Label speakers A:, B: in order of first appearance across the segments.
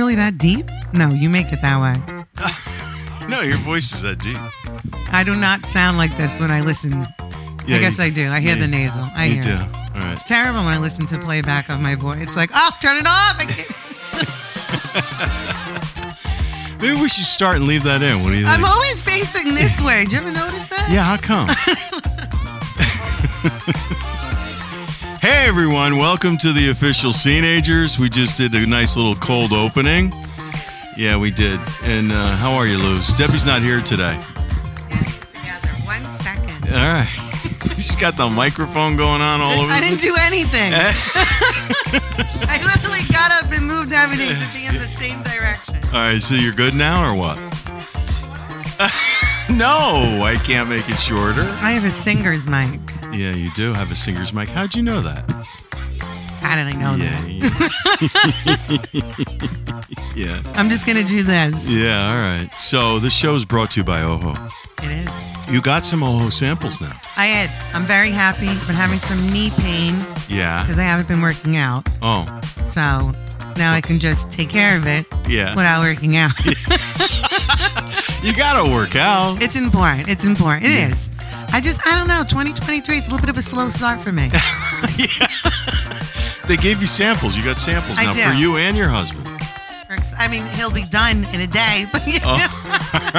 A: really that deep? No, you make it that way.
B: No, your voice is that deep.
A: I do not sound like this when I listen. I guess I do. I hear
B: yeah,
A: the nasal. I
B: You
A: hear.
B: do.
A: it.
B: All right.
A: It's terrible when I listen to playback of my voice. It's like, oh, turn it off. I can't-
B: Maybe we should start and leave that in. What do you
A: I'm
B: think?
A: always facing this way. Do you ever notice that?
B: Yeah, how come? hey everyone, welcome to the official Teenagers. We just did a nice little cold opening. Yeah, we did. And uh, how are you, Luz? Debbie's not here today.
A: Together. One second.
B: All right. She's got the microphone going on all over.
A: I
B: the
A: didn't do anything. I literally got up and moved everything to be in the same direction.
B: All right, so you're good now or what? no, I can't make it shorter.
A: I have a singer's mic.
B: Yeah, you do have a singer's mic. How'd you know that?
A: How did I know
B: yeah.
A: that?
B: you- yeah.
A: I'm just going to do this.
B: Yeah, all right. So this show is brought to you by Oho.
A: It is.
B: You got some Oho samples now.
A: I had. I'm very happy. Been having some knee pain
B: Yeah.
A: because I haven't been working out.
B: Oh,
A: So now I can just take care of it
B: yeah.
A: without working out.
B: You got to work out.
A: It's important. It's important. It is. I just, I don't know. 2023, it's a little bit of a slow start for me.
B: They gave you samples. You got samples
A: I
B: now
A: do.
B: for you and your husband.
A: I mean, he'll be done in a day, but you
B: Oh.
A: know,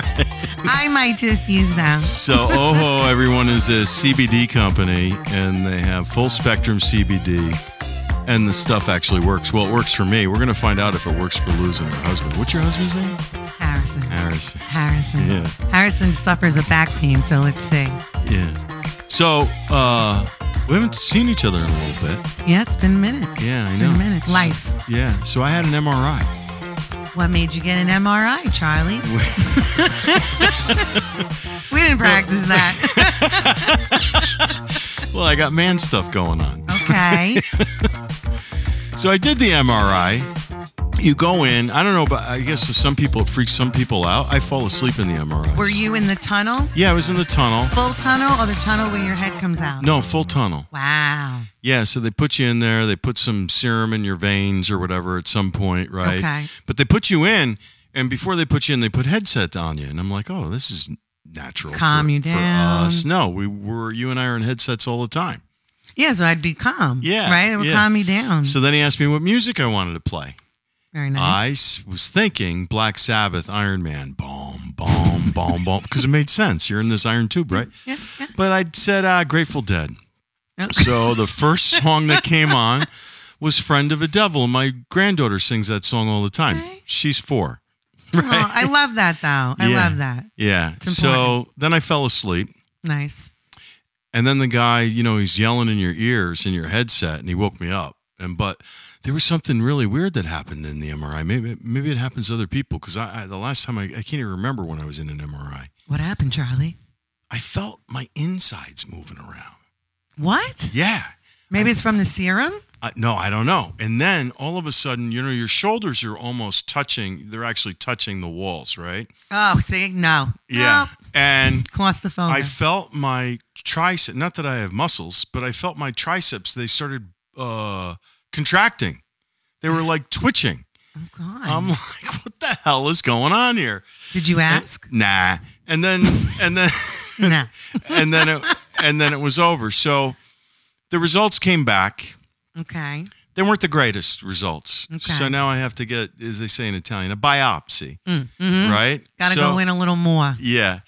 A: I might just use them.
B: So Oho, everyone is a CBD company, and they have full spectrum CBD, and the stuff actually works. Well, it works for me. We're gonna find out if it works for Luz and her husband. What's your husband's name?
A: Harrison.
B: Harris.
A: Harrison.
B: Yeah.
A: Harrison suffers a back pain, so let's see.
B: Yeah. So uh, we haven't seen each other in a little bit.
A: Yeah, it's been a minute.
B: Yeah, I
A: Been a
B: know.
A: minute. Life.
B: Yeah. So I had an MRI.
A: What made you get an MRI, Charlie? we didn't practice that.
B: Well, I got man stuff going on.
A: Okay.
B: So I did the MRI. You go in. I don't know, but I guess some people it freaks some people out. I fall asleep in the MRI.
A: Were you in the tunnel?
B: Yeah, I was in the tunnel.
A: Full tunnel or the tunnel where your head comes out?
B: No, full tunnel.
A: Wow.
B: Yeah, so they put you in there. They put some serum in your veins or whatever at some point, right?
A: Okay.
B: But they put you in, and before they put you in, they put headsets on you, and I'm like, oh, this is natural.
A: Calm
B: for,
A: you
B: for
A: down.
B: us. No, we were you and I are in headsets all the time.
A: Yeah, so I'd be calm.
B: Yeah,
A: Right? It would
B: yeah.
A: calm me down.
B: So then he asked me what music I wanted to play.
A: Very
B: I
A: Mm. nice.
B: s- was thinking Black Sabbath, Iron Man, bomb, bomb, bomb, bomb, because it made sense. You're in this iron tube, right?
A: Yeah, yeah.
B: But I said uh, Grateful Dead.
A: Yep.
B: So the first song that came on was Friend of a Devil. and My granddaughter sings that song all the time.
A: Okay.
B: She's four.
A: Oh, I love that though. I
B: Yeah.
A: love that.
B: Yeah.
A: It's
B: So
A: important.
B: then I fell asleep.
A: Nice.
B: And then the guy, you know, he's yelling in your ears in your headset and he woke me up. And but there was something really weird that happened in the MRI. Maybe maybe it happens to other people because I, I the last time I, I can't even remember when I was in an MRI.
A: What happened, Charlie?
B: I felt my insides moving around.
A: What?
B: Yeah.
A: Maybe it's from the serum?
B: I, no, I don't know. And then all of a sudden, you know, your shoulders are almost touching. They're actually touching the walls, right?
A: Oh, see? No.
B: Yeah.
A: No.
B: And
A: Claustrophobia.
B: I felt my tricep. Not that I have muscles, but I felt my triceps. They started uh, contracting. They were like twitching.
A: oh God.
B: I'm like, what the hell is going on here?
A: Did you ask?
B: Nah. And then and then
A: no.
B: and then it and then it was over. So the results came back.
A: Okay.
B: They weren't the greatest results.
A: Okay.
B: So now I have to get, as they say in Italian, a biopsy,
A: Mm, mhm.
B: right?
A: Gotta
B: so,
A: go in a little more.
B: Yeah.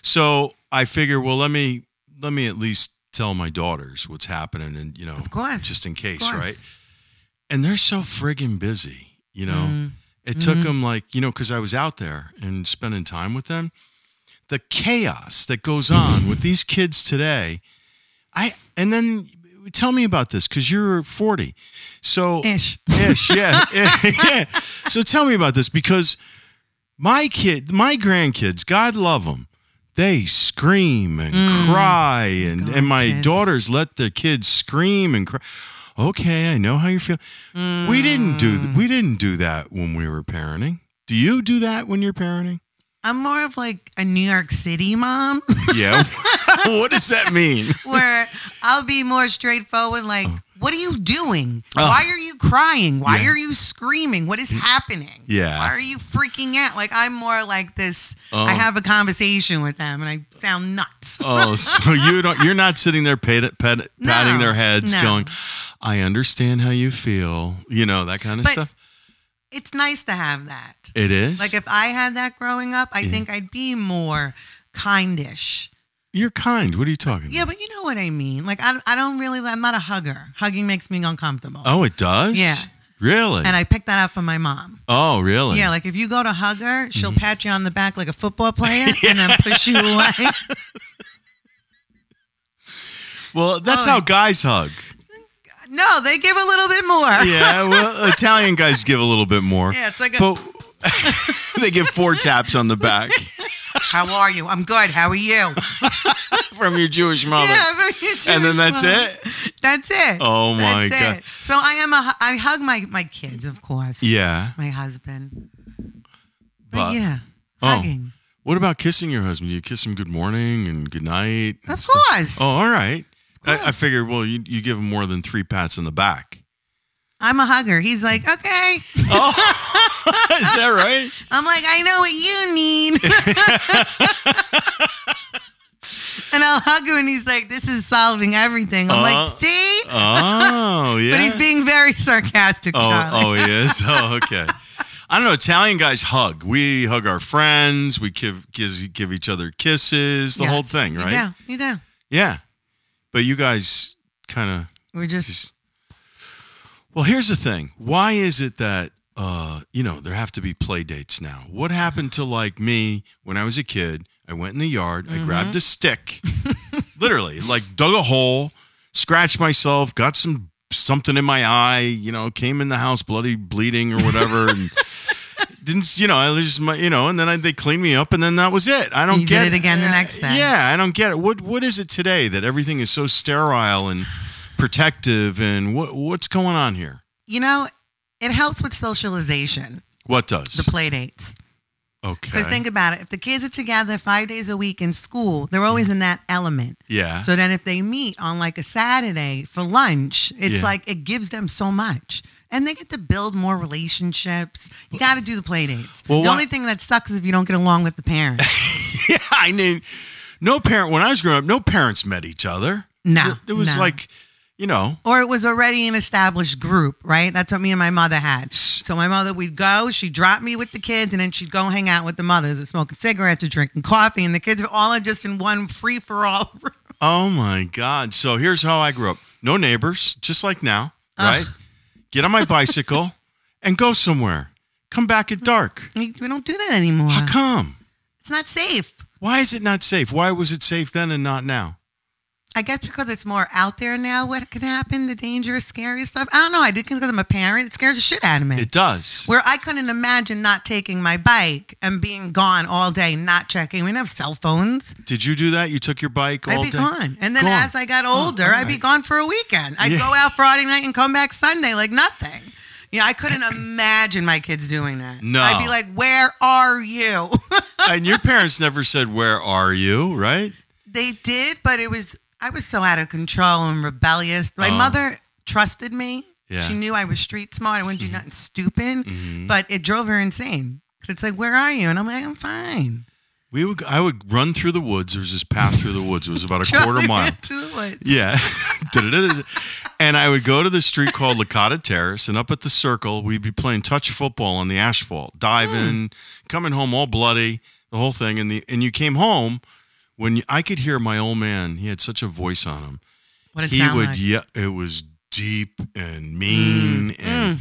B: So I figure, well, let me let me at least tell my daughters what's happening, and you know,
A: Of course.
B: just in
A: Of
B: case,
A: course.
B: right? And they're so friggin' busy, you know.
A: Mm.
B: It took them like you know, because I was out there and spending time with them. The chaos that goes on with these kids today, I and then tell me about this because you're 40, so
A: Ish.
B: ish, yeah, yeah. So tell me about this because my kid, my grandkids, God love them, they scream and
A: Mm.
B: cry, and
A: God,
B: and my
A: kids.
B: daughters let their kids scream and cry. Okay, I know how you feel. We didn't do
A: Mm.
B: th- we didn't do that when we were parenting. Do you do that when you're parenting?
A: I'm more of like a New York City mom
B: Yeah. what does that mean?
A: where I'll be more straightforward, like, What are you doing?
B: Oh.
A: Why are you crying? Why
B: Yeah.
A: are you screaming? What is happening?
B: Yeah.
A: Why are you freaking out? Like I'm more like this.
B: Oh.
A: I have a conversation with them and I sound nuts.
B: Oh, so you don't you're not sitting there pat, pat, patting
A: No,
B: their heads
A: no.
B: going, I understand how you feel, you know, that kind of
A: But-
B: stuff.
A: It's nice to have that.
B: It is.
A: Like if I had that growing up, I think I'd be more kindish.
B: you're kind. What are you talking
A: Yeah,
B: about?
A: but you know what I mean. Like I, I don't really. I'm not a hugger. Hugging makes me uncomfortable.
B: Oh, it does?
A: Yeah.
B: Really?
A: And I picked that up from my mom.
B: oh, really?
A: Yeah, like if you go to hug her, she'll
B: Mm-hmm.
A: pat you on the back like a football player and then push you away.
B: well, that's
A: Oh.
B: how guys hug.
A: No, they give a little bit more.
B: Yeah, well, Italian guys give a little bit more.
A: Yeah, it's like a,
B: But they give four taps on the back
A: how are you? I'm good. How are you?
B: from your Jewish mother.
A: Yeah, but it's
B: and then that's
A: your
B: it?
A: fault. That's it.
B: Oh, my
A: That's
B: God.
A: It. So I am a hu- I hug my my kids, of course.
B: Yeah.
A: My husband. But,
B: But-
A: yeah.
B: Oh.
A: Hugging.
B: What about kissing your husband? Do you kiss him good morning and good night? and
A: Of
B: stuff?
A: course.
B: Oh, all right.
A: Of
B: I, I
A: course.
B: figured, well, you, you give him more than three pats in the back.
A: I'm a hugger. He's like, "Okay."
B: Is that right?
A: I'm like, "I know what you need." and I'll hug him and he's like, "This is solving everything." I'm
B: Uh,
A: like, "See?"
B: Oh, yeah.
A: But he's being very sarcastic,
B: oh,
A: Charlie.
B: oh, he is. Oh, okay. I don't know. Italian guys hug. We hug our friends. We give give, give each other kisses. The whole
A: Yes.
B: thing, right?
A: You do. You do.
B: Yeah. But you guys kind of
A: We're just
B: just. Well, here's the thing. Why is it that uh, you know there have to be play dates now? What happened to like me when I was a kid? I went in the yard. I grabbed a stick, literally, like dug a hole, scratched myself, got some something in my eye. You know, came in the house bloody, bleeding, or whatever. and, Didn't you know? I was just my, you know, and then I, they cleaned me up, and then that was it. I don't
A: You did
B: get
A: it again the next day.
B: Yeah, yeah, I don't get it. What what is it today that everything is so sterile and protective and what what's going on here?
A: you know, it helps with socialization,
B: What does?
A: the play dates.
B: okay.
A: Because think about it. If the kids are together five days a week in school, they're
B: Mm.
A: always in that element.
B: yeah.
A: So then if they meet on like a Saturday for lunch, it's
B: Yeah.
A: like it gives them so much. And they get to build more relationships. You got to do the play dates.
B: Well,
A: the
B: why-
A: only thing that sucks is if you don't get along with the parents.
B: yeah, I mean no parent when I was growing up, no parents met each other.
A: No,
B: It, it was
A: no.
B: like, you know,
A: or it was already an established group, right? That's what me and my mother had. So my mother, we'd go, she'd drop me with the kids, and then she'd go hang out with the mothers, smoking cigarettes or drinking coffee, and the kids were all just in one free for all room.
B: oh my God. So here's how I grew up. No neighbors, just like now,
A: Ah.
B: right? Get on my bicycle and go somewhere. Come back at dark.
A: We we don't do that anymore.
B: How come?
A: It's not safe.
B: Why is it not safe? Why was it safe then and not now?
A: I guess because it's more out there now. What can happen? The dangerous, scary stuff. I don't know. I did because I'm a parent. It scares the shit out of me.
B: It does.
A: Where I couldn't imagine not taking my bike and being gone all day, not checking. We didn't have cell phones.
B: Did you do that? You took your bike all
A: I'd be
B: day?
A: gone. And then
B: Gone.
A: as I got older,
B: all
A: I'd be
B: right.
A: gone for a weekend. I'd
B: Yeah.
A: go out Friday night and come back Sunday like nothing. You know, I couldn't imagine my kids doing that.
B: No.
A: I'd be like, where are you?
B: and your parents never said, Where are you? Right?
A: they did, but it was, I was so out of control and rebellious. My
B: Oh.
A: mother trusted me.
B: Yeah. Mm-hmm.
A: She knew I was street smart. I wouldn't do nothing stupid, but it drove her insane. 'Cause It's like, where are you? And I'm like, I'm fine.
B: We would I would run through the woods. There was this path through the woods. It was about a
A: Charlie
B: quarter mile.
A: went to the woods.
B: Yeah. Da-da-da-da-da. and I would go to the street called Lakota Terrace and up at the circle we'd be playing touch football on the asphalt, diving, coming home all bloody, the whole thing. And the and you came home when you, I could hear my old man, he had such a voice on him.
A: What it
B: he
A: sound
B: would
A: like. Mm.
B: yeah it was deep and mean and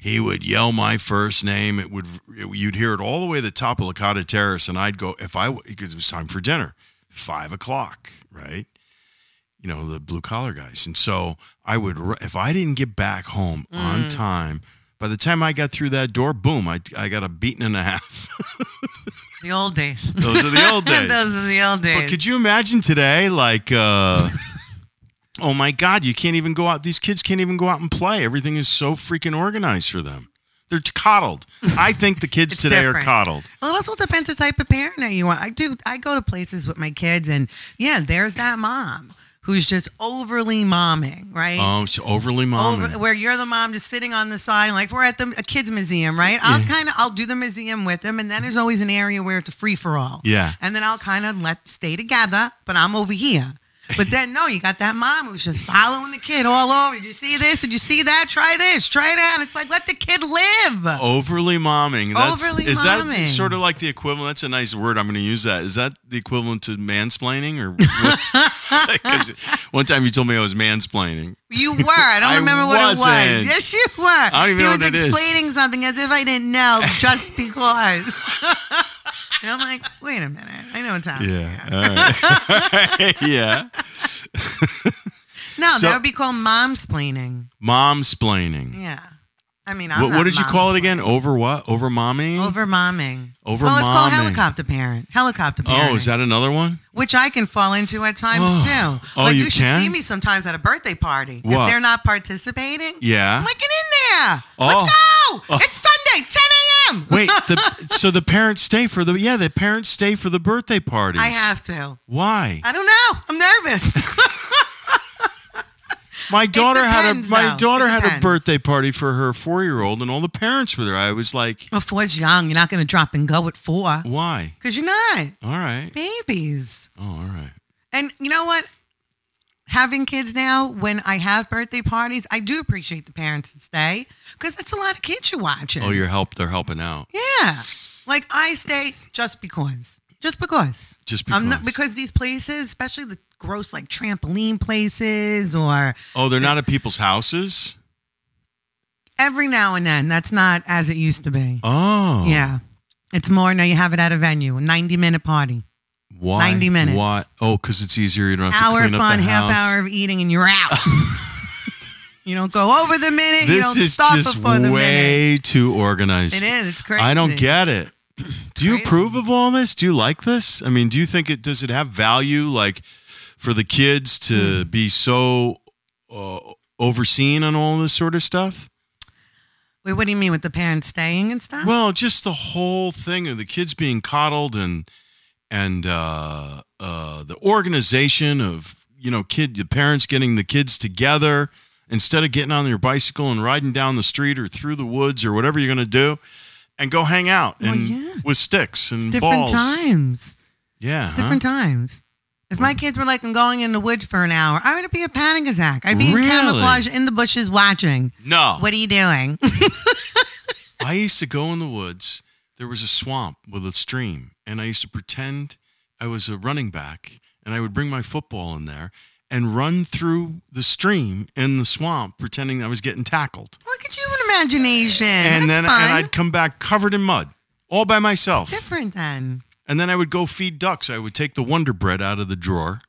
B: he would yell my first name it would it- you'd hear it all the way to the top of Lakota Terrace and I'd go if I because it was time for dinner five o'clock right you know the blue collar guys and so I would ru- if I didn't get back home
A: Mm.
B: on time by the time I got through that door boom I, I got a beating and a half
A: the old days.
B: those are the old days
A: Those are the old days.
B: but could you imagine today, like, uh, oh my God, you can't even go out. These kids can't even go out and play. Everything is so freaking organized for them. They're coddled. I think the kids
A: It's
B: today are
A: different.
B: coddled.
A: Well, it also depends the type of parent that you want. I do. I go to places with my kids, and yeah, there's that mom who's just overly momming, right?
B: Oh, she's overly mommy.
A: Over, where you're the mom just sitting on the side, like we're at the a kids museum, right? I'll kind of I'll do the museum with them, and then there's always an area where it's a free for all.
B: Yeah.
A: and then I'll kind of let stay together, but I'm over here. But then no, you got that mom who's just following the kid all over. Did you see this? Did you see that? Try this. Try that. It's like let the kid live.
B: Oh, overly momming. That's,
A: Overly
B: is that
A: momming.
B: sort of like the equivalent? That's a nice word. I'm going to use that. Is that the equivalent to mansplaining? Or what? 'Cause one time you told me I was mansplaining.
A: You were. I don't
B: I
A: remember what it
B: wasn't.
A: was. Yes, you were. I
B: don't even
A: he
B: know
A: was
B: what it is.
A: explaining something as if I didn't know, just because. and I'm like, wait a minute. I know what's happening.
B: Yeah. All right. yeah.
A: No,
B: So-
A: that would be called momsplaining.
B: Momsplaining.
A: Yeah. I mean, I'm
B: What,
A: not
B: what did you call it again?
A: momsplaining.
B: Over what? Over mommy?
A: Over momming.
B: Over
A: Well, it's called
B: momming.
A: helicopter parent. Helicopter parent.
B: oh, is that another one?
A: Which I can fall into at times
B: Oh.
A: too.
B: Oh,
A: like
B: you
A: you, should
B: can?
A: see me sometimes at a birthday party.
B: What?
A: If they're not participating,
B: Yeah. Oh.
A: I'm like, get in there. Let's go. It's Sunday, 10 a.m.
B: Wait, the, so the parents stay for the yeah, the parents stay for the birthday parties.
A: I have Uh, to.
B: Why?
A: I don't know. I'm nervous.
B: My daughter
A: depends,
B: had a my
A: though.
B: daughter
A: It
B: had a
A: depends.
B: birthday party for her four year old, and all the parents were there. I was like,
A: well, four's young. You're not going to drop and go at four
B: why?
A: because you're not
B: All right.
A: babies.
B: Oh, all right.
A: And you know what? Having kids now, when I have birthday parties, I do appreciate the parents that stay because that's a lot of kids you're watching.
B: Oh, your help. They're helping out.
A: yeah. Like I stay just because, just because.
B: Just
A: I'm not
B: because.
A: because these places, especially the gross like trampoline places or
B: Oh, they're not at people's houses.
A: every now and then. That's not as it used to be.
B: Oh,
A: Yeah. It's more now you have it at a venue, a 90 minute party.
B: Why?
A: 90 minutes.
B: Why? Oh, because it's easier. You don't have
A: Hour
B: to
A: of
B: clean up
A: fun,
B: the
A: half
B: house.
A: hour of eating, and you're out. you don't go over the minute. you
B: This
A: don't
B: is
A: stop
B: just
A: before the minute.
B: way too organized.
A: It is. It's crazy.
B: I don't get it. Do you
A: crazy.
B: approve of all this? Do you like this? I mean, do you think it does it have value like for the kids to
A: Hmm.
B: be so uh, overseen on all this sort of stuff?
A: Wait, what do you mean with the parents staying and stuff?
B: Well, just the whole thing of the kids being coddled and and uh, uh, the organization of you know kid the parents getting the kids together instead of getting on your bicycle and riding down the street or through the woods or whatever you're going to do and go hang out
A: Well,
B: and
A: yeah.
B: with sticks and
A: it's different
B: balls.
A: times.
B: Yeah,
A: It's
B: huh?
A: different times. If my kids were like, I'm going in the woods for an hour, I would be a panic attack. I'd be
B: Really?
A: in camouflage in the bushes watching.
B: No,
A: What are you doing?
B: I used to go in the woods. There was a swamp with a stream, and I used to pretend I was a running back, and I would bring my football in there and run through the stream in the swamp, pretending I was getting tackled.
A: Look at you in imagination.
B: and
A: That's
B: then
A: fun.
B: and I'd come back covered in mud, all by myself.
A: different then.
B: And then I would go feed ducks. I would take the Wonder Bread out of the drawer,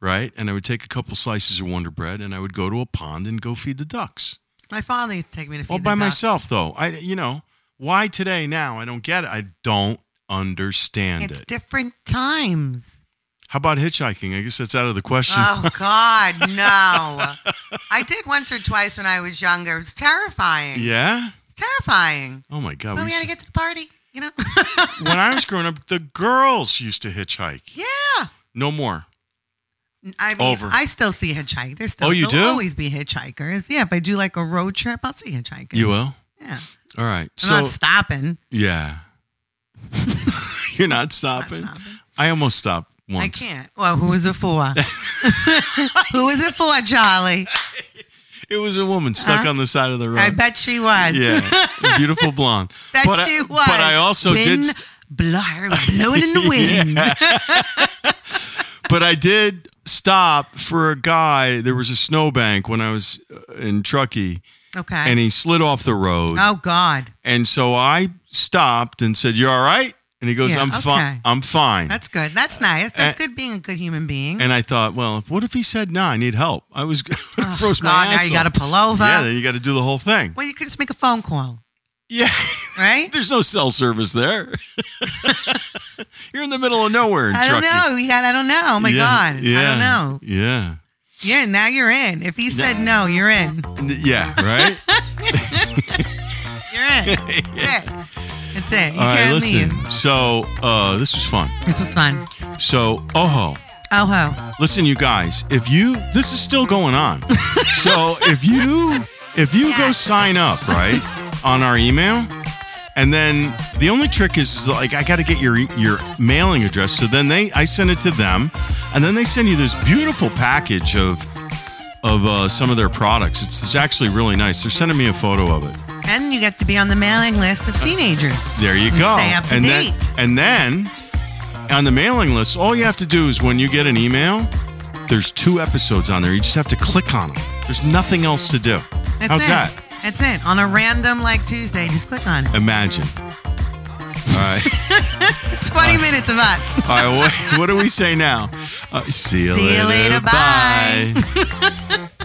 B: right? And I would take a couple slices of Wonder Bread, and I would go to a pond and go feed the ducks.
A: My father used to take me to feed
B: all
A: the
B: by
A: ducks.
B: myself though i you know why today now i don't get it i don't understand
A: It's
B: it
A: different times.
B: how about hitchhiking i guess that's out of the question
A: Oh God, no! I did once or twice when I was younger. It was terrifying.
B: yeah
A: It's terrifying.
B: oh my god
A: But
B: we
A: we
B: used
A: had to
B: to-
A: get to the party, you know.
B: when i was growing up the girls used to hitchhike
A: yeah.
B: no more
A: I mean,
B: Over.
A: I still see hitchhikers. There's still
B: Oh, you
A: there'll
B: do?
A: always be hitchhikers. Yeah, if I do like a road trip, I'll see hitchhikers.
B: you will
A: Yeah,
B: all right
A: I'm
B: so
A: not stopping.
B: yeah you're not stopping.
A: stopping.
B: i almost stopped once
A: I can't. Well, who is it for? who is it for, Charlie?
B: it was a woman stuck on the side of the road
A: I bet she was.
B: yeah a beautiful blonde
A: That
B: but,
A: she
B: I,
A: was.
B: but i also did
A: Wind
B: st-
A: blower, blowing in the wind.
B: but I did stop for a guy. There was a snowbank when I was uh, in Truckee,
A: Okay.
B: and he slid off the road.
A: oh God,
B: And so I stopped and said, "You all right?" And he goes,
A: Yeah,
B: "I'm fine.
A: okay.
B: I'm fine."
A: that's good. That's nice. That's good being a good human being.
B: Uh, and I thought, well, if- what if he said, "No, I need help"? I was I froze my
A: Oh, God,
B: ass
A: now you
B: off.
A: got to pull over.
B: Yeah, then you got to do the whole thing.
A: well, you could just make a phone call,
B: Yeah,
A: right?
B: there's no cell service there. You're in the middle of nowhere in
A: I don't
B: Truckee.
A: know. Yeah, I don't know. Oh my
B: Yeah,
A: God,
B: yeah,
A: I don't know.
B: Yeah.
A: Yeah, now you're in. If he said no, you're in.
B: And th- Yeah. Right.
A: You're in. yeah. That's it. You
B: All right.
A: can't
B: Listen.
A: leave.
B: So uh, this was fun.
A: This was fun.
B: So, Oho,
A: Oh ho.
B: Listen, you guys, if you this is still going on. so if you if you go
A: Yes.
B: sign up, right, on our email, and then the only trick is, is like I gotta get your your mailing address. So then they I send it to them, and then they send you this beautiful package of of uh, some of their products. It's, it's actually really nice. They're sending me a photo of it.
A: And you get to be on the mailing list of teenagers.
B: Uh, There you
A: And
B: go.
A: Stay up to
B: and
A: date.
B: then and then on the mailing list, all you have to do is when you get an email, there's two episodes on there. You just have to click on them. There's nothing else to do.
A: That's
B: How's
A: it.
B: that?
A: That's it. On a random like Tuesday, just click on it.
B: Imagine. All right.
A: It's 20 minutes of us.
B: All right. What, what do we say now? Uh, see you
A: See
B: later.
A: you later,
B: Bye.
A: bye.